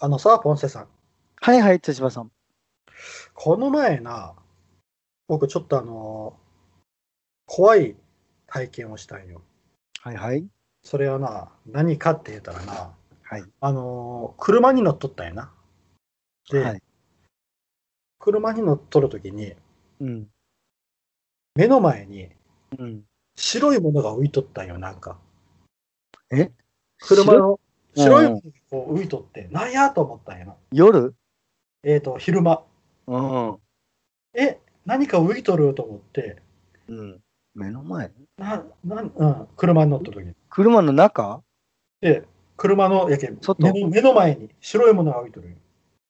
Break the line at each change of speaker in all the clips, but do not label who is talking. あのさ、ポンセさん。
はいはい、手島さん。
この前な、僕ちょっとあの怖い体験をしたんよ。
はいはい。
それはな、何かって言ったらな、
はい。
あの車に乗っとったんやな。で、
はい。
車に乗っとるときに、
うん。
目の前に
うん。
白いものが浮いとったんよ、なんか。
え
車の白いも
う
の
ん
がこう浮いとって、なんやと思ったんやな。
夜
えっ、と、昼間。
うん。
え、何か浮いとると思って、
うん。目の前
な、なん、うん、車に乗ったときに。
車の中
で、車の、やけん
外
目の、目の前に白いものが浮いとるんよ。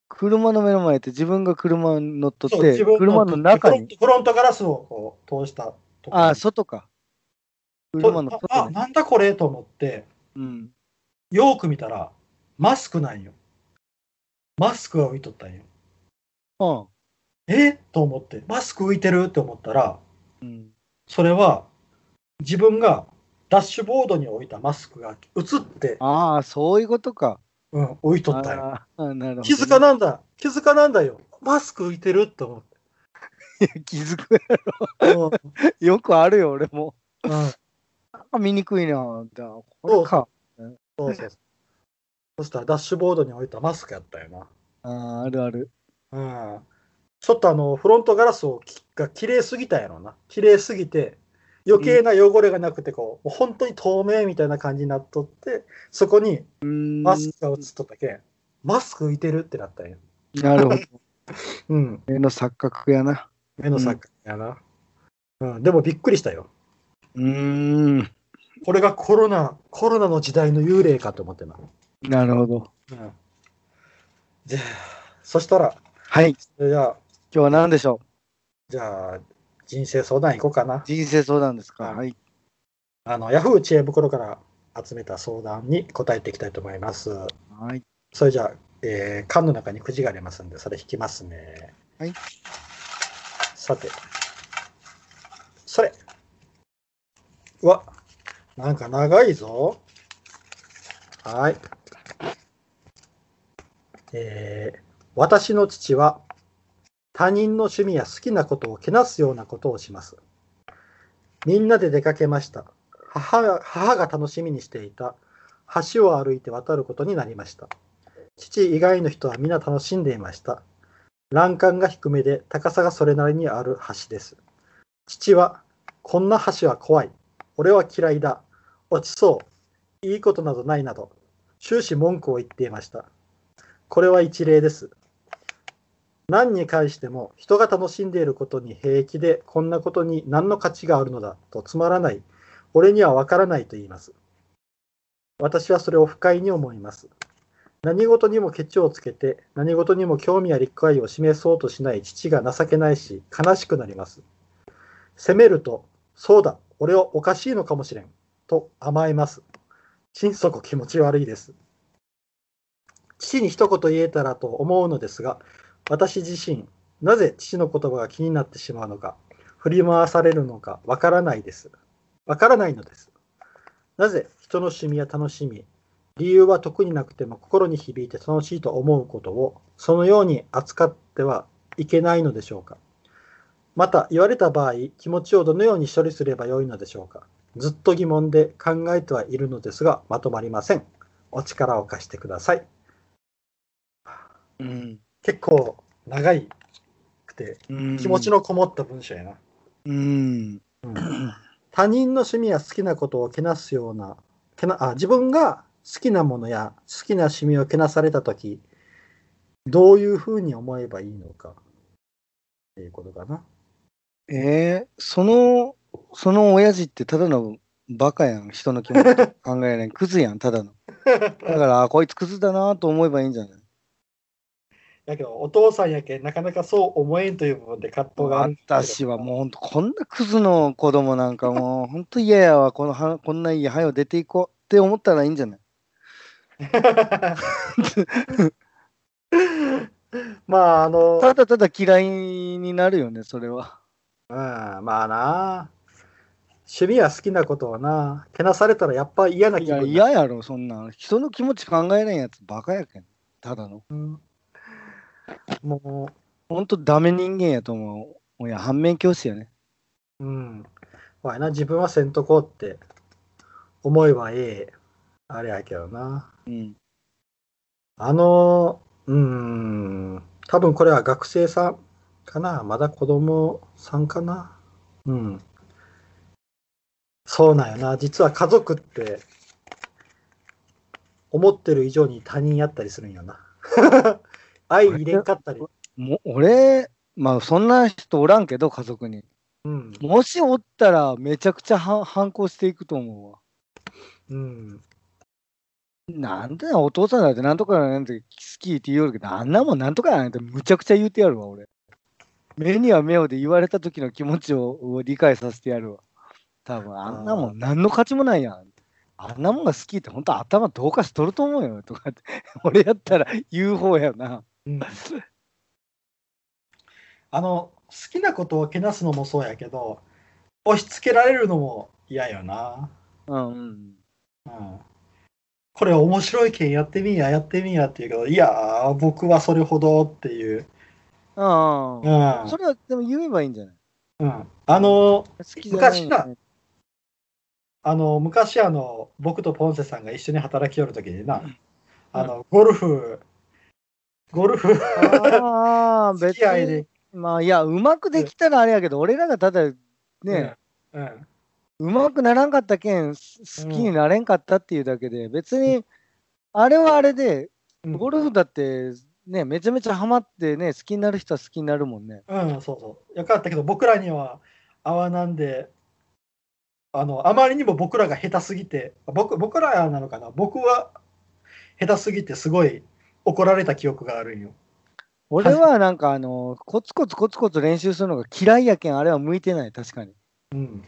車の目の前って自分が車に乗っとっ
そう
て、
自分
車の中
フ
に。
ロントフロントガラスをこう通したところ
ああ、外か。車の
とあ
外
あ
ね。
なんだこれと思って
うん。
よーく見たらマスクなんよマスクが浮いとったんよ
うん
えと思ってマスク浮いてるって思ったら
うん。
それは自分がダッシュボードに置いたマスクが映って、
ああ、そういうことか。
うん、浮いとったよ
ああ、なるほどね。
気づかなんだ気づかなんだよマスク浮いてるって思 っ
い。気づく。
て、うん
よくあるよ、俺も。
うん
あ見にくいな。じゃあこれか。
そうそうそうそしたらダッシュボードに置いたマスクやったよな
ああ、あるある。
うんちょっとあのフロントガラスをきが綺麗すぎたんやろうな綺麗すぎて余計な汚れがなくてこう,、もう本当に透明みたいな感じになっとってそこに
うーん。
マスクが映っとったけん、マスク浮いてるってなったんや
なるほど。
うん
目の錯覚やな。
目の錯覚やな、うんでもびっくりしたよ
うーん。
これがコロナコロナの時代の幽霊かと思ってな、
なるほど。
うん、じゃあそしたら
はい。今
じゃあ
日は何でしょ
じゃあ人生相談行こうかな
う人生相談ですか
はい
はい。
あの、ヤフー知恵袋から集めた相談に答えていきたいと思います。
はい。
それじゃあ、えー缶の中にくじがありますんで、それ引きますね。
はい。
さて、それ。うわ、なんか長いぞ。はい。えー私の父は他人の趣味や好きなことをけなすようなことをします。みんなで出かけました。母が母が楽しみにしていた橋を歩いて渡ることになりました。父以外の人は皆楽しんでいました。欄干が低めで高さがそれなりにある橋です。父は、こんな橋は怖い。俺は嫌いだ。落ちそう。いいことなどないなど、終始文句を言っていました。これは一例です。何に関しても人が楽しんでいることに平気でこんなことに何の価値があるのだとつまらない俺にはわからないと言います私はそれを不快に思います何事にもケチをつけて何事にも興味や理解を示そうとしない父が情けないし悲しくなります責めるとそうだ俺はおかしいのかもしれんと甘えます心底気持ち悪いです父に一言言えたらと思うのですが私自身なぜ父の言葉が気になってしまうのか振り回されるのかわからないですわからないのですなぜ人の趣味や楽しみ理由は特になくても心に響いて楽しいと思うことをそのように扱ってはいけないのでしょうかまた言われた場合気持ちをどのように処理すればよいのでしょうかずっと疑問で考えてはいるのですがまとまりませんお力を貸してください
うん。
結構長いくて
うん
気持ち。のこもった文章やな、
うん。
他人の趣味や好きなことをけなすようなけなあ自分が好きなものや好きな趣味をけなされた時どういうふうに思えばいいのかっていうことかな
えー、その、その親父ってただのバカやん。人の気持ち考 えない。クズやん、ただの。だから、あ、こいつクズだなと思えばいいんじゃない
だけどお父さんやけなかなかそう思えんという部分で葛藤がある
私はもうほんと、こんなクズの子供なんかもう、ほんと嫌やわ。このは、こんな家、はよ出ていこうって思ったらいいんじゃないう
まああの
ただただ嫌いになるよね、それは。
うん、まあな趣味や好きなことはなけなされたらやっぱ嫌ない気
や、
分になる
嫌やろ、そんなん。人の気持ち考えないやつ、バカやけん。ただの。
うんも
ほんとダメ人間やと思う。親、反面教師やね。
う、うん。わいな、自分はせんとこうって思えばええ。あれやけどな。
うん。
あの、うーん、多分これは学生さんかな、まだ子供さんかな。うん。そうなんよな、実は家族って、思ってる以上に他人やったりするんよな。 相入れんかったり。
もう俺、まあそんな人おらんけど、家族に。
うん。
もしおったら、めちゃくちゃは反抗していくと思うわ。
うん。
なんだよ、お父さんだってなんとかやねんって好きって言うよるけど、あんなもんなんとかやねんってむちゃくちゃ言うてやるわ、俺。目には目をで言われた時の気持ちをを理解させてやるわ。多分あんなもん何の価値もないやん。あんなもんが好きって本当頭どうかしとると思うよとかって。 俺やったら言う方やな。
うん あの、好きなことをけなすのもそうやけど、押し付けられるのも嫌よな。
うんうん。
うんこれ面白いけんやってみんややってみんやって言うけどいやー僕はそれほどっていう、
あ
う
あ。
ん
それはでも言えばいいんじゃない
うん、あの
好きじゃないよね、
昔あの昔あの僕とポンセさんが一緒に働きよる時になあのゴルフゴルフ
ああ、
付
別
き合いで
に。、まあいや、うまくできたらあれやけど、俺らがただね、
うんうん
うまくならんかったけん、す好きになれんかったっていうだけで、別に、あれはあれで、
うん、
ゴルフだって、ね、めちゃめちゃハマってね、好きになる人は好きになるもんね。
うんそうそうよかったけど僕らには合わなんであのあまりにも僕らが下手すぎて僕僕らなのかな僕は下手すぎてすごい怒られた記憶があるんよ
俺はなんか、あの、コツコツコツコツ練習するのが嫌いやけん、あれは向いてない、確かに。
うん、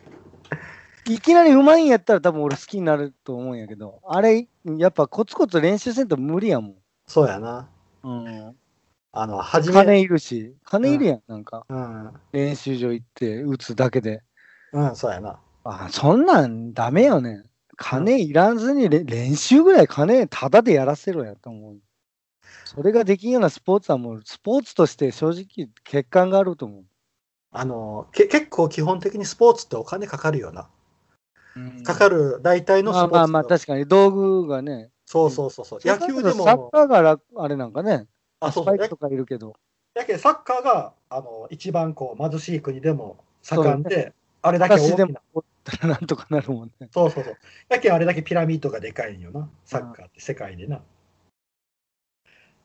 いきなりうまいんやったら多分俺好きになると思うんやけど、あれ、やっぱコツコツ練習せんと無理やもん。
そうやな。
うん、
あの、初め、
金いるし、金いるやん、なんか。
うん、
練習場行って打つだけで。
うん、そうやな。
あそんなんダメよね。金いらずにれ練習ぐらい金ただでやらせろやと思う。それができんようなスポーツはもうスポーツとして正直欠陥があると思う。
あの、け結構基本的にスポーツってお金かかるよな。かか
る
る大体のス
ま
ポー
あ
ツ。
まあまあ確かに道具がね。
そうそうそうそう。野球で
それこそサッ
も、
カーが楽あれなんかね。
あ、そ
ス
うそ
パ
う。
イク
や
とかいるけど。
やけどサッカーが、あの、一番こう、貧しい国でも盛んで、あれだけ
私
大
で
き
も
な。
おったらなんとかなるもんね。
そうそうそう。やけんあれだけピラミッドがでかいんよな。サッカーって世界でな。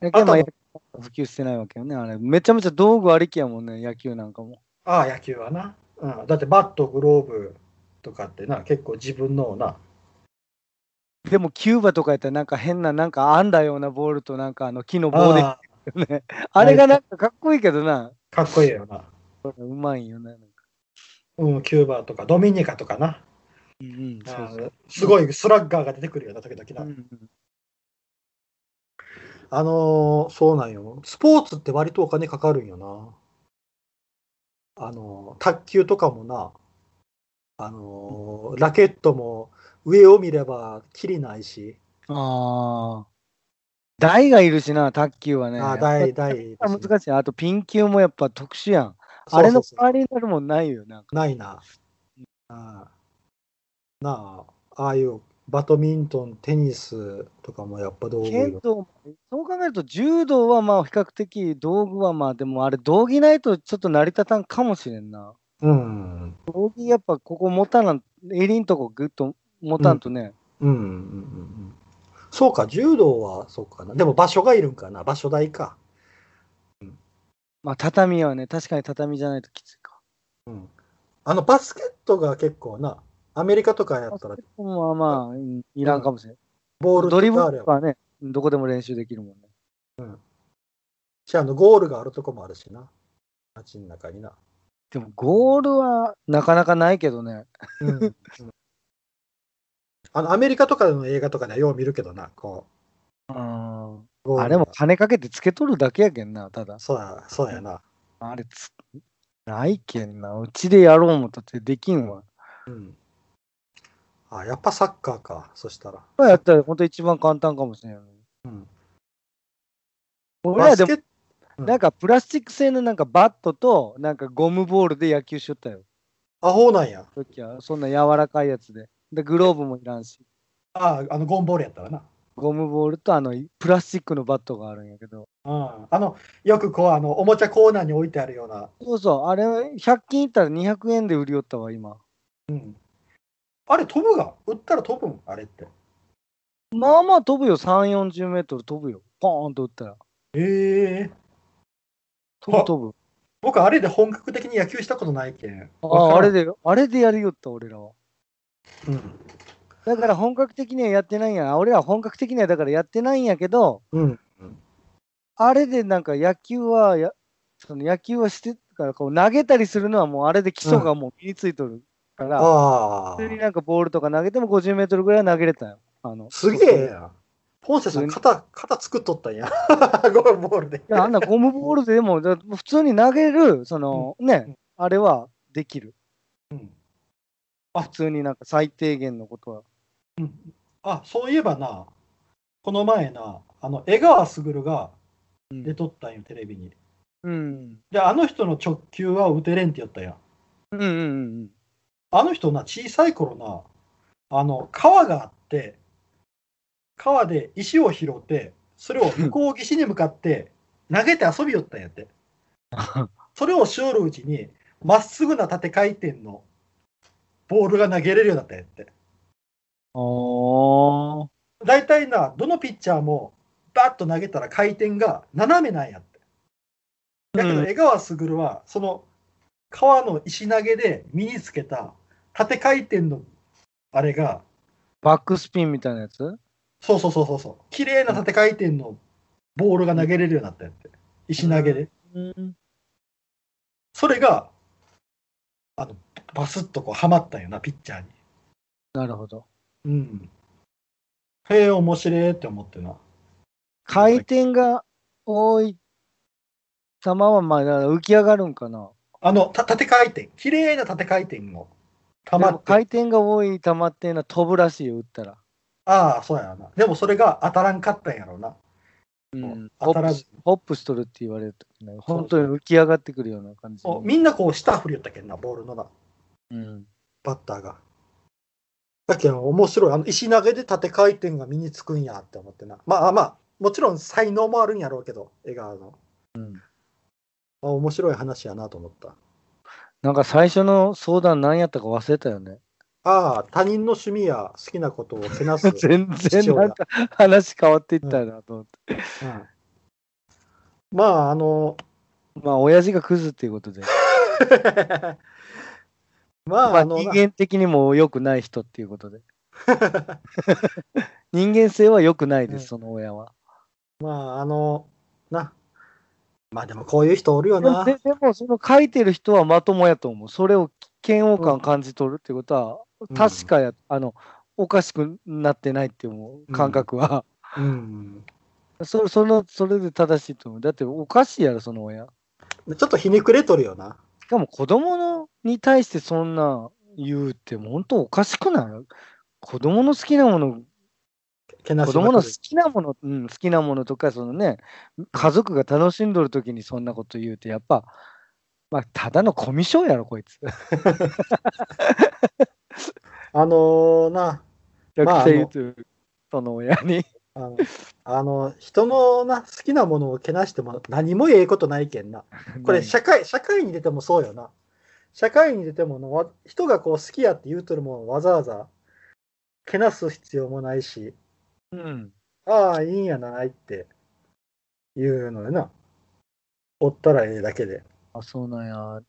野球はまあ
あ
野球が普及してないわけよね。あれめちゃめちゃ道具ありきやもんね、野球なんかも。
ああ、野球はな。うん。だってバット、グローブとかってな、結構自分のをな、
でもキューバとかやったらなんか変ななんか編んだようなボールとなんかあの木の棒で
あ
ね。あれがなんかかっこいいけどな。
あかっこいいよな。
うまいよね。なんか
うん、キューバとかドミニカとかな。
うんうん、そうそう
うんすごいスラッガーが出てくるような時々
う
な。
んうん。
あのーそうなんよ。スポーツって割とお金かかるんよな。あのー卓球とかもな、あのーラケットも上を見ればきりないし、
ああ。台がいるしな、卓球はね。
あ台
やっぱ
台
り
いるし
難しい。あとピン球もやっぱ特殊やん。あれの
そうそう
代わりになるもんないよ。なんか
そうないな。あーなあ、ああいうバドミントン、テニスとかもやっぱ道具よ
剣道もそう考えると柔道はまあ比較的道具はまあでもあれ道着ないとちょっと成り立たんかもしれんな。
うん。
道着やっぱここ持たなん、襟んとこグッと持たんとね。
うんうんうんうんそうか、柔道はそうかな。でも場所がいるんかな、場所代か。
まあ畳はね、確かに畳じゃないときついか。
うん。あの、バスケットが結構な、アメリカとかやったら、
まあまあ、うんいらんかもしれない。
ボール
ドリブ
があ
ル
るや
と
ん
かはね、どこでも練習できるもんね。
し、あの、ゴールがあるとこもあるしな。街の中にな。
でもゴールはなかなかないけどね。
うん。う んあの、アメリカとかの映画とかではよう見るけどな、こ
あ
う。ゴールが
れも金かけてつけとるだけやけんな、ただ。
そうや、そうやな。
あれつ、ないけんな。うちでやろう思ったってできんわ。
うん。あ、やっぱサッカーか、そしたら。
まあやったら本当一番簡単かもしれない。
うん。
俺
バ
ら
ス
で
ケ
も
ッうん
なんかプラスチック製のなんかバットとなんかゴムボールで野球しよったよ。
アホなんや。
時はそんな柔らかいやつで。でグローブもいらんし。
ああ、あのゴンボールやったらな。
ゴムボールとあのプラスチックのバットがあるんやけど。
うん。あの、よくこう、あの、おもちゃコーナーに置いてあるような。
そうそう、あれ100均いったら200円で売りよったわ、今。
うん。あれ飛ぶが、打ったら飛ぶん、あれって。
まあまあ飛ぶよ、3、40メートル飛ぶよ。ポーンと打ったら。
ええ
飛
あ
ぶ飛ぶ。
僕、あれで本格的に野球したことないけん。
ああ、あれ
で。
で、あれでやりよった、俺らは。
うん。
だから本格的にはやってないんや。俺ら本格的にはだからやってないんやけど、
うん。
あれでなんか野球はや、その野球はしてたから、こう投げたりするのはもうあれで基礎がもう身についとるから、
ああ
普。通になんかボールとか投げても50メートルぐらいは投げれたよ。あの
すげえやん。ポンセさん、肩、肩作っとったんや。 ゴンボールで。
いや、あんなゴムボールで でも、だ普通に投げる、その、
うん
ね、あれはできる。
うん
普通になんか最低限のことは。
あ、そういえばな、この前な、あの、江川卓が
う
出
ん。
とったんよ、テレビに。
うん。
で、あの人の直球は打てれんって言ったやん。
うんうんうん
あの人な、小さい頃な、あの、川があって、川で石を拾って、そ れを向こう岸に向かって投げて遊びよったんやって。それをしおるうちに、まっすぐな縦回転のボールが投げれるようになったんやって。
うん。おー。
大体な、どのピッチャーもバッと投げたら回転が斜めなんやって。だけど
うん
江川卓は、その川の石投げで身につけた縦回転のあれが、
バックスピンみたいなやつ
そうそうそうそうそう、綺麗な縦回転のボールが投げれるようになったんやって。石投げで。
うん。
それが、あの、バスッとこうはまったんよな、ピッチャーに。
なるほど。
うん。へえ、面白いって思ってな。
回転が多い球は、まあ、だから浮き上がるんかな。
あの、た縦回転、綺麗な縦回転の球
で
っ
も
て。
回転が多い球っていうのは飛ぶらしいよ、打ったら。
ああ、そうやな。でもそれが当たらんかったんやろうな。
うん。
当
ホ
たら
ップ
ず
スホップしとるって言われるとね、本当に浮き上がってくるような感じ。
そうみんなこう下振りよったけんな、ボールのな、
うん。
バッターが。だけど面白い。あの石投げで縦回転が身につくんやって思ってな。まあまあ、もちろん才能もあるんやろうけど、江川の。
うん
あ面白い話やなと思った。
なんか最初の相談何やったか忘れたよね。
ああ、他人の趣味や好きなことをけな す。
全然なんか話変わっていったなと思って。
うんまあ、あの、
まあ親父がクズっていうことで。
ま
ま
あ、
あ
あの、
人間的にも良くない人っていうこと で。人間性は良くないです、その親は。
まあ、あの、な。まあでもこういう人おるよ
でも
な。
ででもその書いてる人はまともやと思う。それを嫌悪感感じ取るってことは、
うん
確かや、あの、おかしくなってないって思う感覚は。
うん。
そそのそれで正しいと思う。だっておかしいやろ、その親。
ちょっとひねくれとるよな。
しかも子供のに対してそんな言うって本当おかしくない子供の好きなもの、
けなし
子
まく
供
る
の好きなもの、うん、好きなものとか、そのね、家族が楽しんどる時にそんなこと言うって、やっぱ、まあ、ただのコミュ障やろ、こいつ。
あのーな、
逆
まあ
転言うという、その親に。
あの、あの人のな、好きなものをけなしても何もええことないけんな。 これ、社会、社会に出てもそうよな。社会に出てものわ、人がこう好きやって言うとるもんわざわざ、けなす必要もないし、
うん。
ああ、いいんやないっていうのよな。おったらええだけで。
あ、そうなんや。好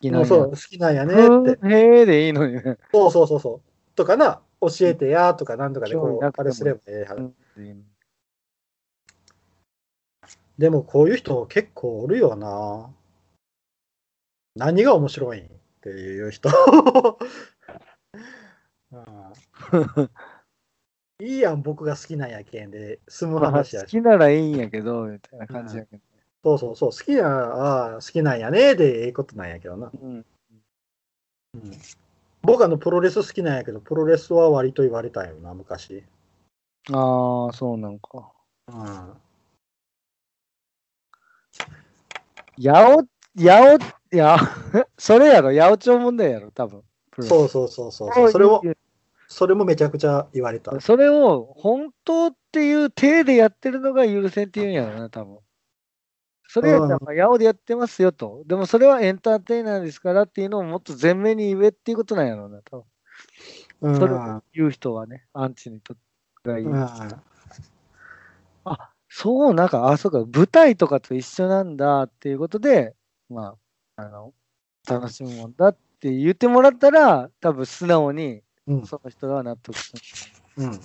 きな
も
ん
う
や。
そう、好きなんやね
うん
って。
へえでいいのに ね。
そうそうそうそう。とかな、教えてやとかなんとかで
興
こ
味
う
なくて
あ
も
れすればええは
う
ず。
ん
でもこういう人結構おるよな。何が面白いんっていう 人。うんいいやん、僕が好きなんやけんで、済む
まあ
話や
好
し。
きならいいんやけど、みたいな感じやけど。
そうそうそう、好きな、ああ、好きなんやねでええことなんやけどな。
うん
僕あのプロレス好きなんやけど、プロレスは割と言われたんよな、昔。
ああ、そうなんか。
うん
やお、やお、や、それやろ、八百 長問題やろ、多分。
そうそうそうそうそう。それを、それもめちゃくちゃ言われた。
それを本当っていう体でやってるのが許せんっていうんやろな、多分。それやったら、まあ八百でやってますよと。でもそれはエンターテイナーですからっていうのをもっと前面に言えっていうことなんやろうな、多
う
分。それ
ん
を。言う人はね、アンチにとってがいい。
うん
あ、そう、なんか、あ、そうか、舞台とかと一緒なんだっていうことで、まあ、あの、楽しむもんだって言ってもらったら、多分素直に、
うん
その人は納得する。
うん。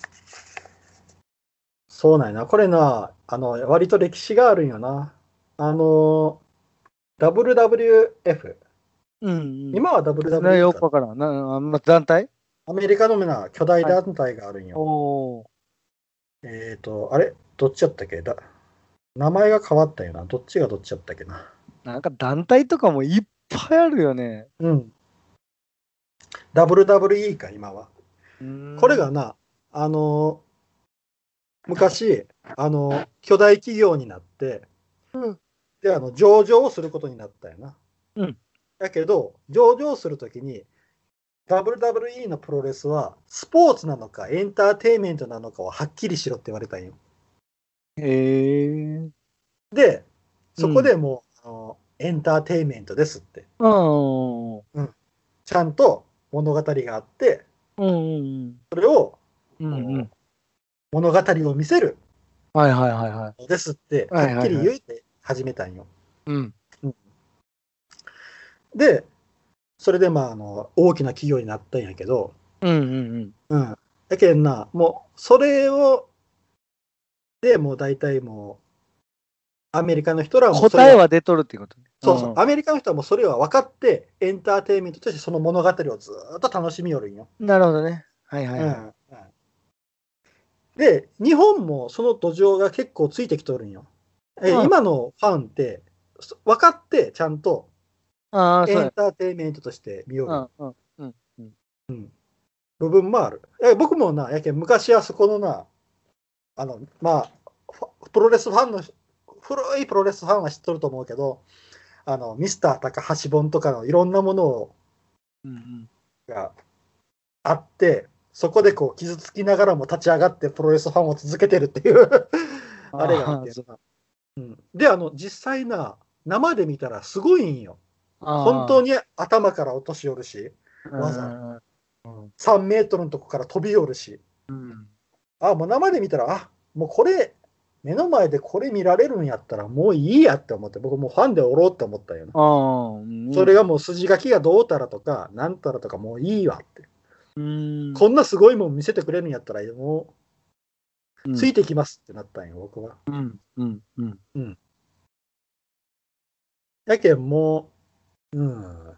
そうなんやな。これな、あの、割と歴史があるんよな。あの、WWF。
うん、うん。
今は
それはよ
WWF
く
か。
わからん。なあんま団体
アメリカのな、巨大団体があるんよ。
おー
えっと、あれどっちやったっけだ名前が変わったよな。どっちがどっちやったっけな。
なんか団体とかもいっぱいあるよね。
うん。WWE か、今は。
うん
これが、な、あの昔、あの巨大企業になって、
うん
であの上場をすることになったよな。
うん
だけど、上場するときに、WWE のプロレスはスポーツなのかエンターテインメントなのかをはっきりしろって言われたんよ。
へえ。
で、そこでもう、あのエンターテインメントですって、
うん。
ちゃんと物語があって、
うん。
それを
うん。うん。
物語を見せる
はいはいはいはい。
のですって、
はいはい
はっ
はい
きり言って始めたんよ。
うん。
で、それでまあ、あの、大きな企業になったんやけど、
うんうん
うん。だけんな、もう、それを、で、もう大体もう、アメリカの人ら
う
は
ん。
もうそれ
答え
は、
は出とるってことね
そうそう、アメリカの人はもうそれは分かって、エンターテインメントとしてその物語をずーっと楽しみよるんよ。
なるほどね。はいは
う
い
ん。
はい。
うんで、日本もその土壌が結構ついてきとるんよ。え
うん
今のファンって、そ分かって、ちゃんと
ああ、
エ
そう
ン
や。
ターテインメントとして見よる。
うんうんうん。
部分もある。え僕もな、やけん昔はそこのな、あの、まあ、ファプロレスファンの、古いプロレスファンは知っとると思うけど、あの、ミスター高橋本とかのいろんなものを
うんうん
があって、そこでこう傷つきながらも立ち上がってプロレスファンを続けてるっていうあれがあって
あーそ
なうん、で、あの、実際な、生で見たらすごいんよ。
あー
本当に頭から落としよるし、わざ3メートルのとこから飛びよるし。
うん
あ、もう生で見たら、あ、もうこれ、目の前でこれ見られるんやったらもういいやって思って、僕もうファンでおろうって思ったんよな。
あーうん
それがもう筋書きがどうたらとか、なんたらとかもういいわって。
うん
こんなすごいもん見せてくれるんやったら、も
う
うんついてきますってなったんよ、僕は。
うんうんうん
やけんもう、うん、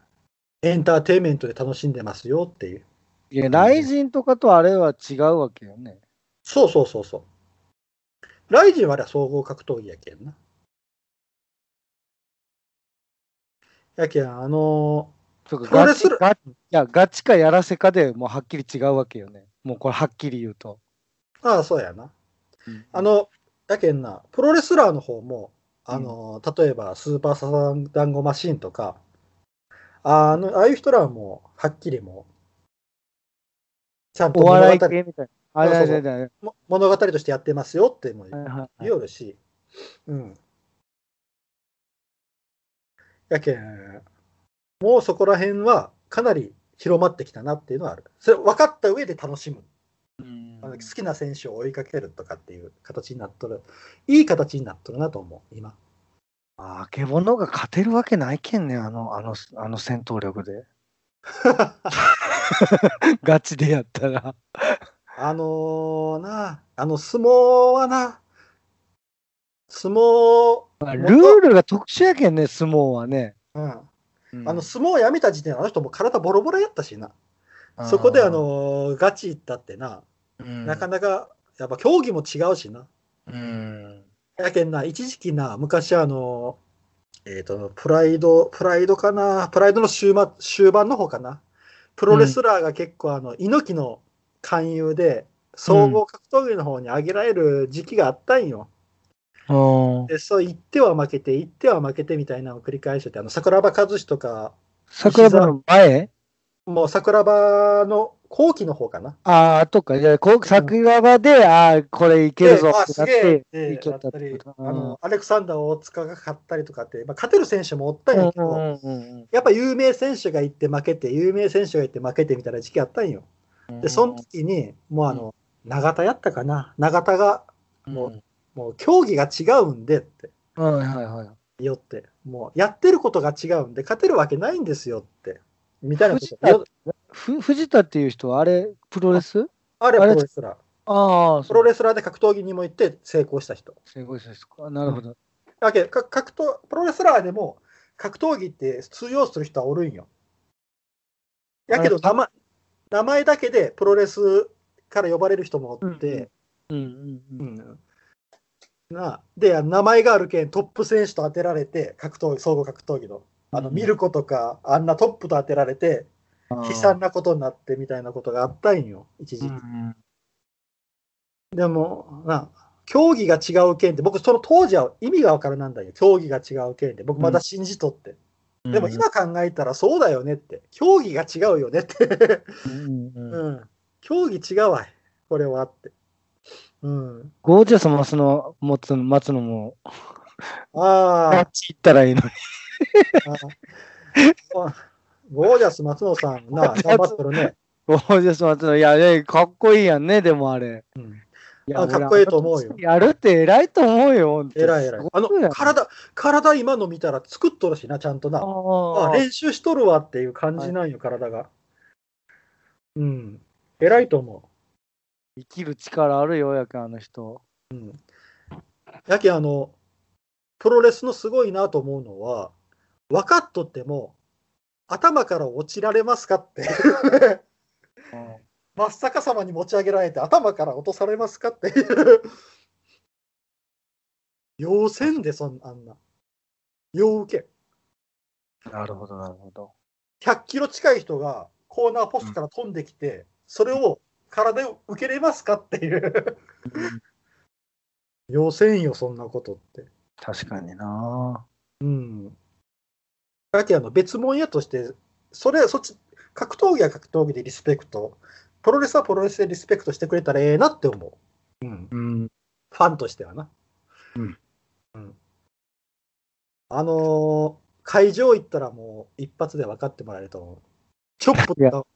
エンターテインメントで楽しんでますよっていう。
いや、雷神とかとあれは違うわけよね。
そうそうそうそう。ライジンはあれは総合格闘技やけんな。やけん、あの
そ
プ
う
ロ
か、
レ
ガ
ス
チ
ラー
ガチいやガチかやらせかでもうはっきり違うわけよね。もうこれはっきり言うと。
ああ、そうやな。あ、の、やけんな、プロレスラーの方も、あの、例えばスーパーサザンダンゴマシンとか、あの、ああいう人らはもう、はっきりもう、ちゃんと
お
物
笑い
語
系みたいな。あれ
そう
あ
そう
れ
そ
あ
う
れあれ
も物語としてやってますよっていうのを
はいはい
言おるし、うん。やけん、もうそこら辺はかなり広まってきたなっていうのはある。それ分かった上で楽しむ。
うん
あの好きな選手を追いかけるとかっていう形になっとる、いい形になっとるなと思う、今。
まあ、あけぼのが勝てるわけないけんね、あの、あの、あの戦闘力 で。ガチでやったら。
あのーなあ、あの相撲はな、相撲、
まあルールが特殊やけんね、相撲はね。
うん、
うん
あの相撲をやめた時点であの人も体ボロボロやったしな、そこであ、のーガチいったってな、
うん
なかなかやっぱ競技も違うしな。
うん
やけんな、一時期な、昔あのーえっ、と、プライド、プライドかな、プライドの終末終盤の方かな、プロレスラーが結構あの、猪木の勧誘で、総合格闘技の方に上げられる時期があったんよ。
うん。
でそう言っては負けて、言っては負けてみたいなのを繰り返してて、あの桜庭和志とか、
桜庭の前
もう桜庭の後期の方かな。
ああ、とか、じゃあ、こう桜庭で、ああ、これいけるぞ
であ
ってな
す
っ
げえ
て、
で
いけ
やったた
って
り
こと
あの、アレクサンダー大塚が勝ったりとかって、まあ、勝てる選手もおったんやけ
う
ど、
んうんうん
やっぱ有名選手が行って負けて、有名選手が行って負けてみたいな時期あったんよ。
うん。
で、その時に、もうあの、永田やったかな。永田が、もう、もう競技が違うんでって、
うんはいはいはい。
よって、もうやってることが違うんで、勝てるわけないんですよって、みたいなこと
藤田
よ
ふ藤田っていう人はあれ、プロレス
あれ
あ
プ
れ
ロレスラー。
ああ、
プロ
レ
レスラーで格闘技にも行って成功した人。
ス。すごいですか。なるほど。
だけど、か格闘プロレスラーでも格闘技って通用する人はおるんよ。やけど
あ
名前、名前だけでプロレスから呼ばれる人もおって、
うんうんうん。
うんなで、名前があるけん、トップ選手と当てられて、格闘技、総合格闘技の。あの、
うん
ミルコとか、あんなトップと当てられて、
悲
悲惨なことになってみたいなことがあったんよ、一時。でも、な、競技が違う件って、僕、その当時は意味がわからなんだよ。競技が違う件って、僕まだ信じとって。でも、今考えたらそうだよねって。競技が違うよねって。
うんうんうん
うん。競技違うわ。これはって。うん。
ゴージャスもその、持つの、待つのも、あ
あ
っち行ったらいいのに。
あ。あゴージャス松野さん な、頑張ってるね。
ゴージャス待つの、いや、いやかっこいいやんね、でもあれ。
うん
い
あ
や、
かっこいいと思うよ
俺やるって偉いと思うよ、ほんと
偉い偉い。あの、
あ
体、体今の見たら作っとるしな、ちゃんとな。あ
あー、
練習しとるわっていう感じなんよ、体が。うん。偉いと思
生きる力あるよ、やけん、あの人。
う。うん。やけんあの、プロレスのすごいなと思うのは、分かっとっても、頭から落ちられますかって。真っ逆さまに持ち上げられて、頭から落とされますかっていう。要せんで、そんあんな。要受け。
なるほど、なるほど。
100キロ近い人がコーナーポストから飛んできて、それを体を受けれますかっていう。要せんよ、そんなことって。
確かにな。
うん。だけどあの別物やとして、それ、そっち、格闘技は格闘技でリスペクト、プロレスはプロレスでリスペクトしてくれたらええなって思う。うん。
うん。
ファンとしてはな。
うん。
うん、あのー会場行ったらもう一発で分かってもらえると思う。チョップ
いや
とか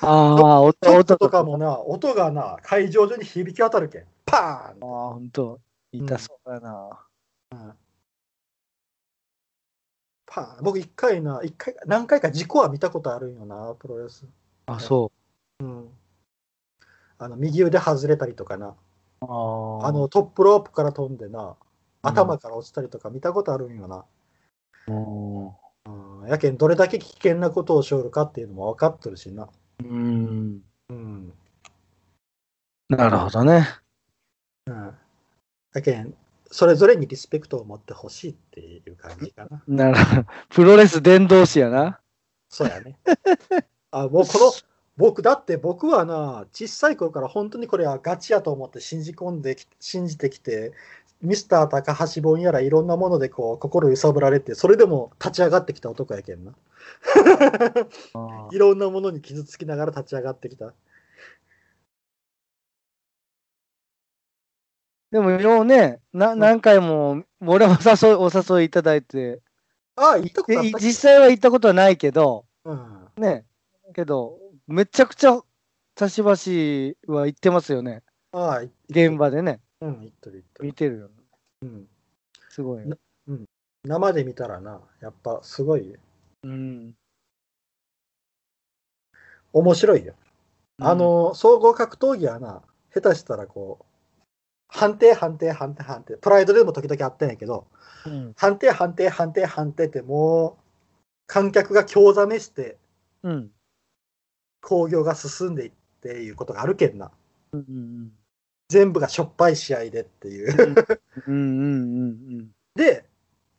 ああ、音、
音
音
とかもな、音がな、会場中に響き渡るけん。パ
ああ、
ーン
ほんと。痛そうだな。
パーン僕一回な、一回、何回か事故は見たことあるんよな、プロレス。
あ、そ
うん。あの、右腕外れたりとかな。
う。ああ
あの、トップロープから飛んでな、頭から落ちたりとか見たことあるんよな。うんやけん、どれだけ危険なことをしょるかっていうのも分かっとるしな。
うん。
うん。
なるほどね。
うん。やけん、それぞれにリスペクトを持ってほしいっていう感じ かな。
なるほど。プロレス伝道師やな。
そうやね。あ、もうこの、僕だって僕はな、小さい頃から本当にこれはガチやと思って信じ込んでき、信じてきて、ミスター高橋本やらいろんなものでこう心揺さぶられて、それでも立ち上がってきた男やけんな。いろんなものに傷つきながら立ち上がってきた。
でもようね、な何回も俺も誘いお誘いいただいて、
ああ、行ったことあっ
で
たっけ
実際は行ったことはないけど、
うん。
ね、けど、めちゃくちゃ差し橋は行ってますよね。
ああ、い
現場でね、
うん、行っとる行っと
見
る。
てるよ、ね。
うん。
すごいよ。
生で見たらな、やっぱすごいよ
うん。
面白いよ。あの、総合格闘技はな、下手したらこう、判定、判定、判定、判定、プライドでも時々あったんやけど、
うん、
判定、判定、判定、判定ってもう、観客が興ざめして、
うん。
興行が進んでいっていうことがあるけんな。
うん。うん。
全部がしょっぱい試合でっていう。
うん。うん。
で、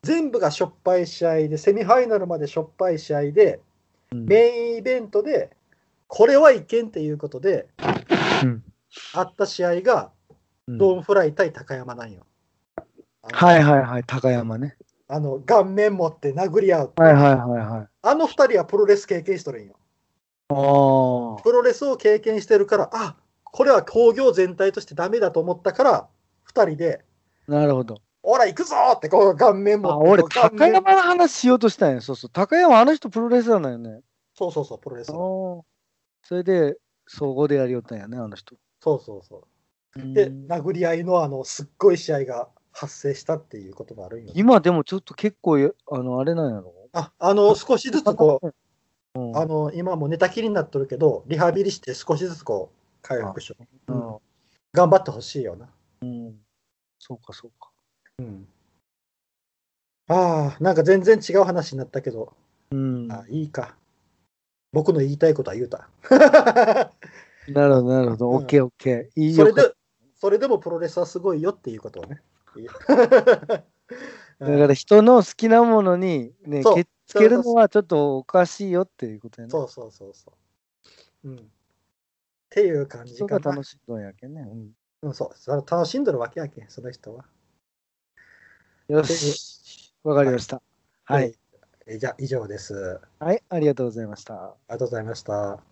全部がしょっぱい試合で、セミファイナルまでしょっぱい試合で、
うん。
メインイベントで、これはいけんっていうことで、
うん
あった試合が、
うん
ドーンフライ対高山なんよ。あの
はいはいはい、高山ね。
あの、顔面持って殴り合う。
はいはいはいはい。
あの二人はプロレス経験しとるんよ。
ああ。
プロレスを経験してるから、あこれは工業全体としてダメだと思ったから、二人で、
なるほど。
おら行くぞーってこう顔面持っ
あ
て。
俺、
こう顔
高
面
山の話しようとしたんや。そうそう。高山、あの人プロレスラーなんよね。
そうそうそう、プロレス
ああ
の。。
それで、総合でやりよったんやね、あの人。
そうそうそう。
うん
で、殴り合いのあの、すっごい試合が発生したっていうこともあるんよ。
今でもちょっと結構、あの、あれなんやろ。
あ、あの、少しずつこう、
うん
あの、今もう寝たきりになっとるけど、リハビリして少しずつこう、回復しよう。
うん
頑張ってほしいよな。
うん。そうか、そうか。
うん。ああ、なんか全然違う話になったけど、
うん。
あいいか。僕の言いたいことは言うた。
なるほど、なるほど。
うん
オッケー、オッケ ー。いい
そ
よ
れ
かっ
で、それでもプロレスはすごいよっていうことをね。いい
た。だから人の好きなものにね、
そう
けつけるのはちょっとおかしいよっていうことやね。
そうそうそうそう。うん。っていう感じ
人
か
が
な
楽。しいのやけんね。うん
うん、そう。それ楽しんどるわけやけん、その人は。
よし。わかりました。はい。
え。じゃあ、以上です。
はい、ありがとうございまし
あ
た。
りがとうございました。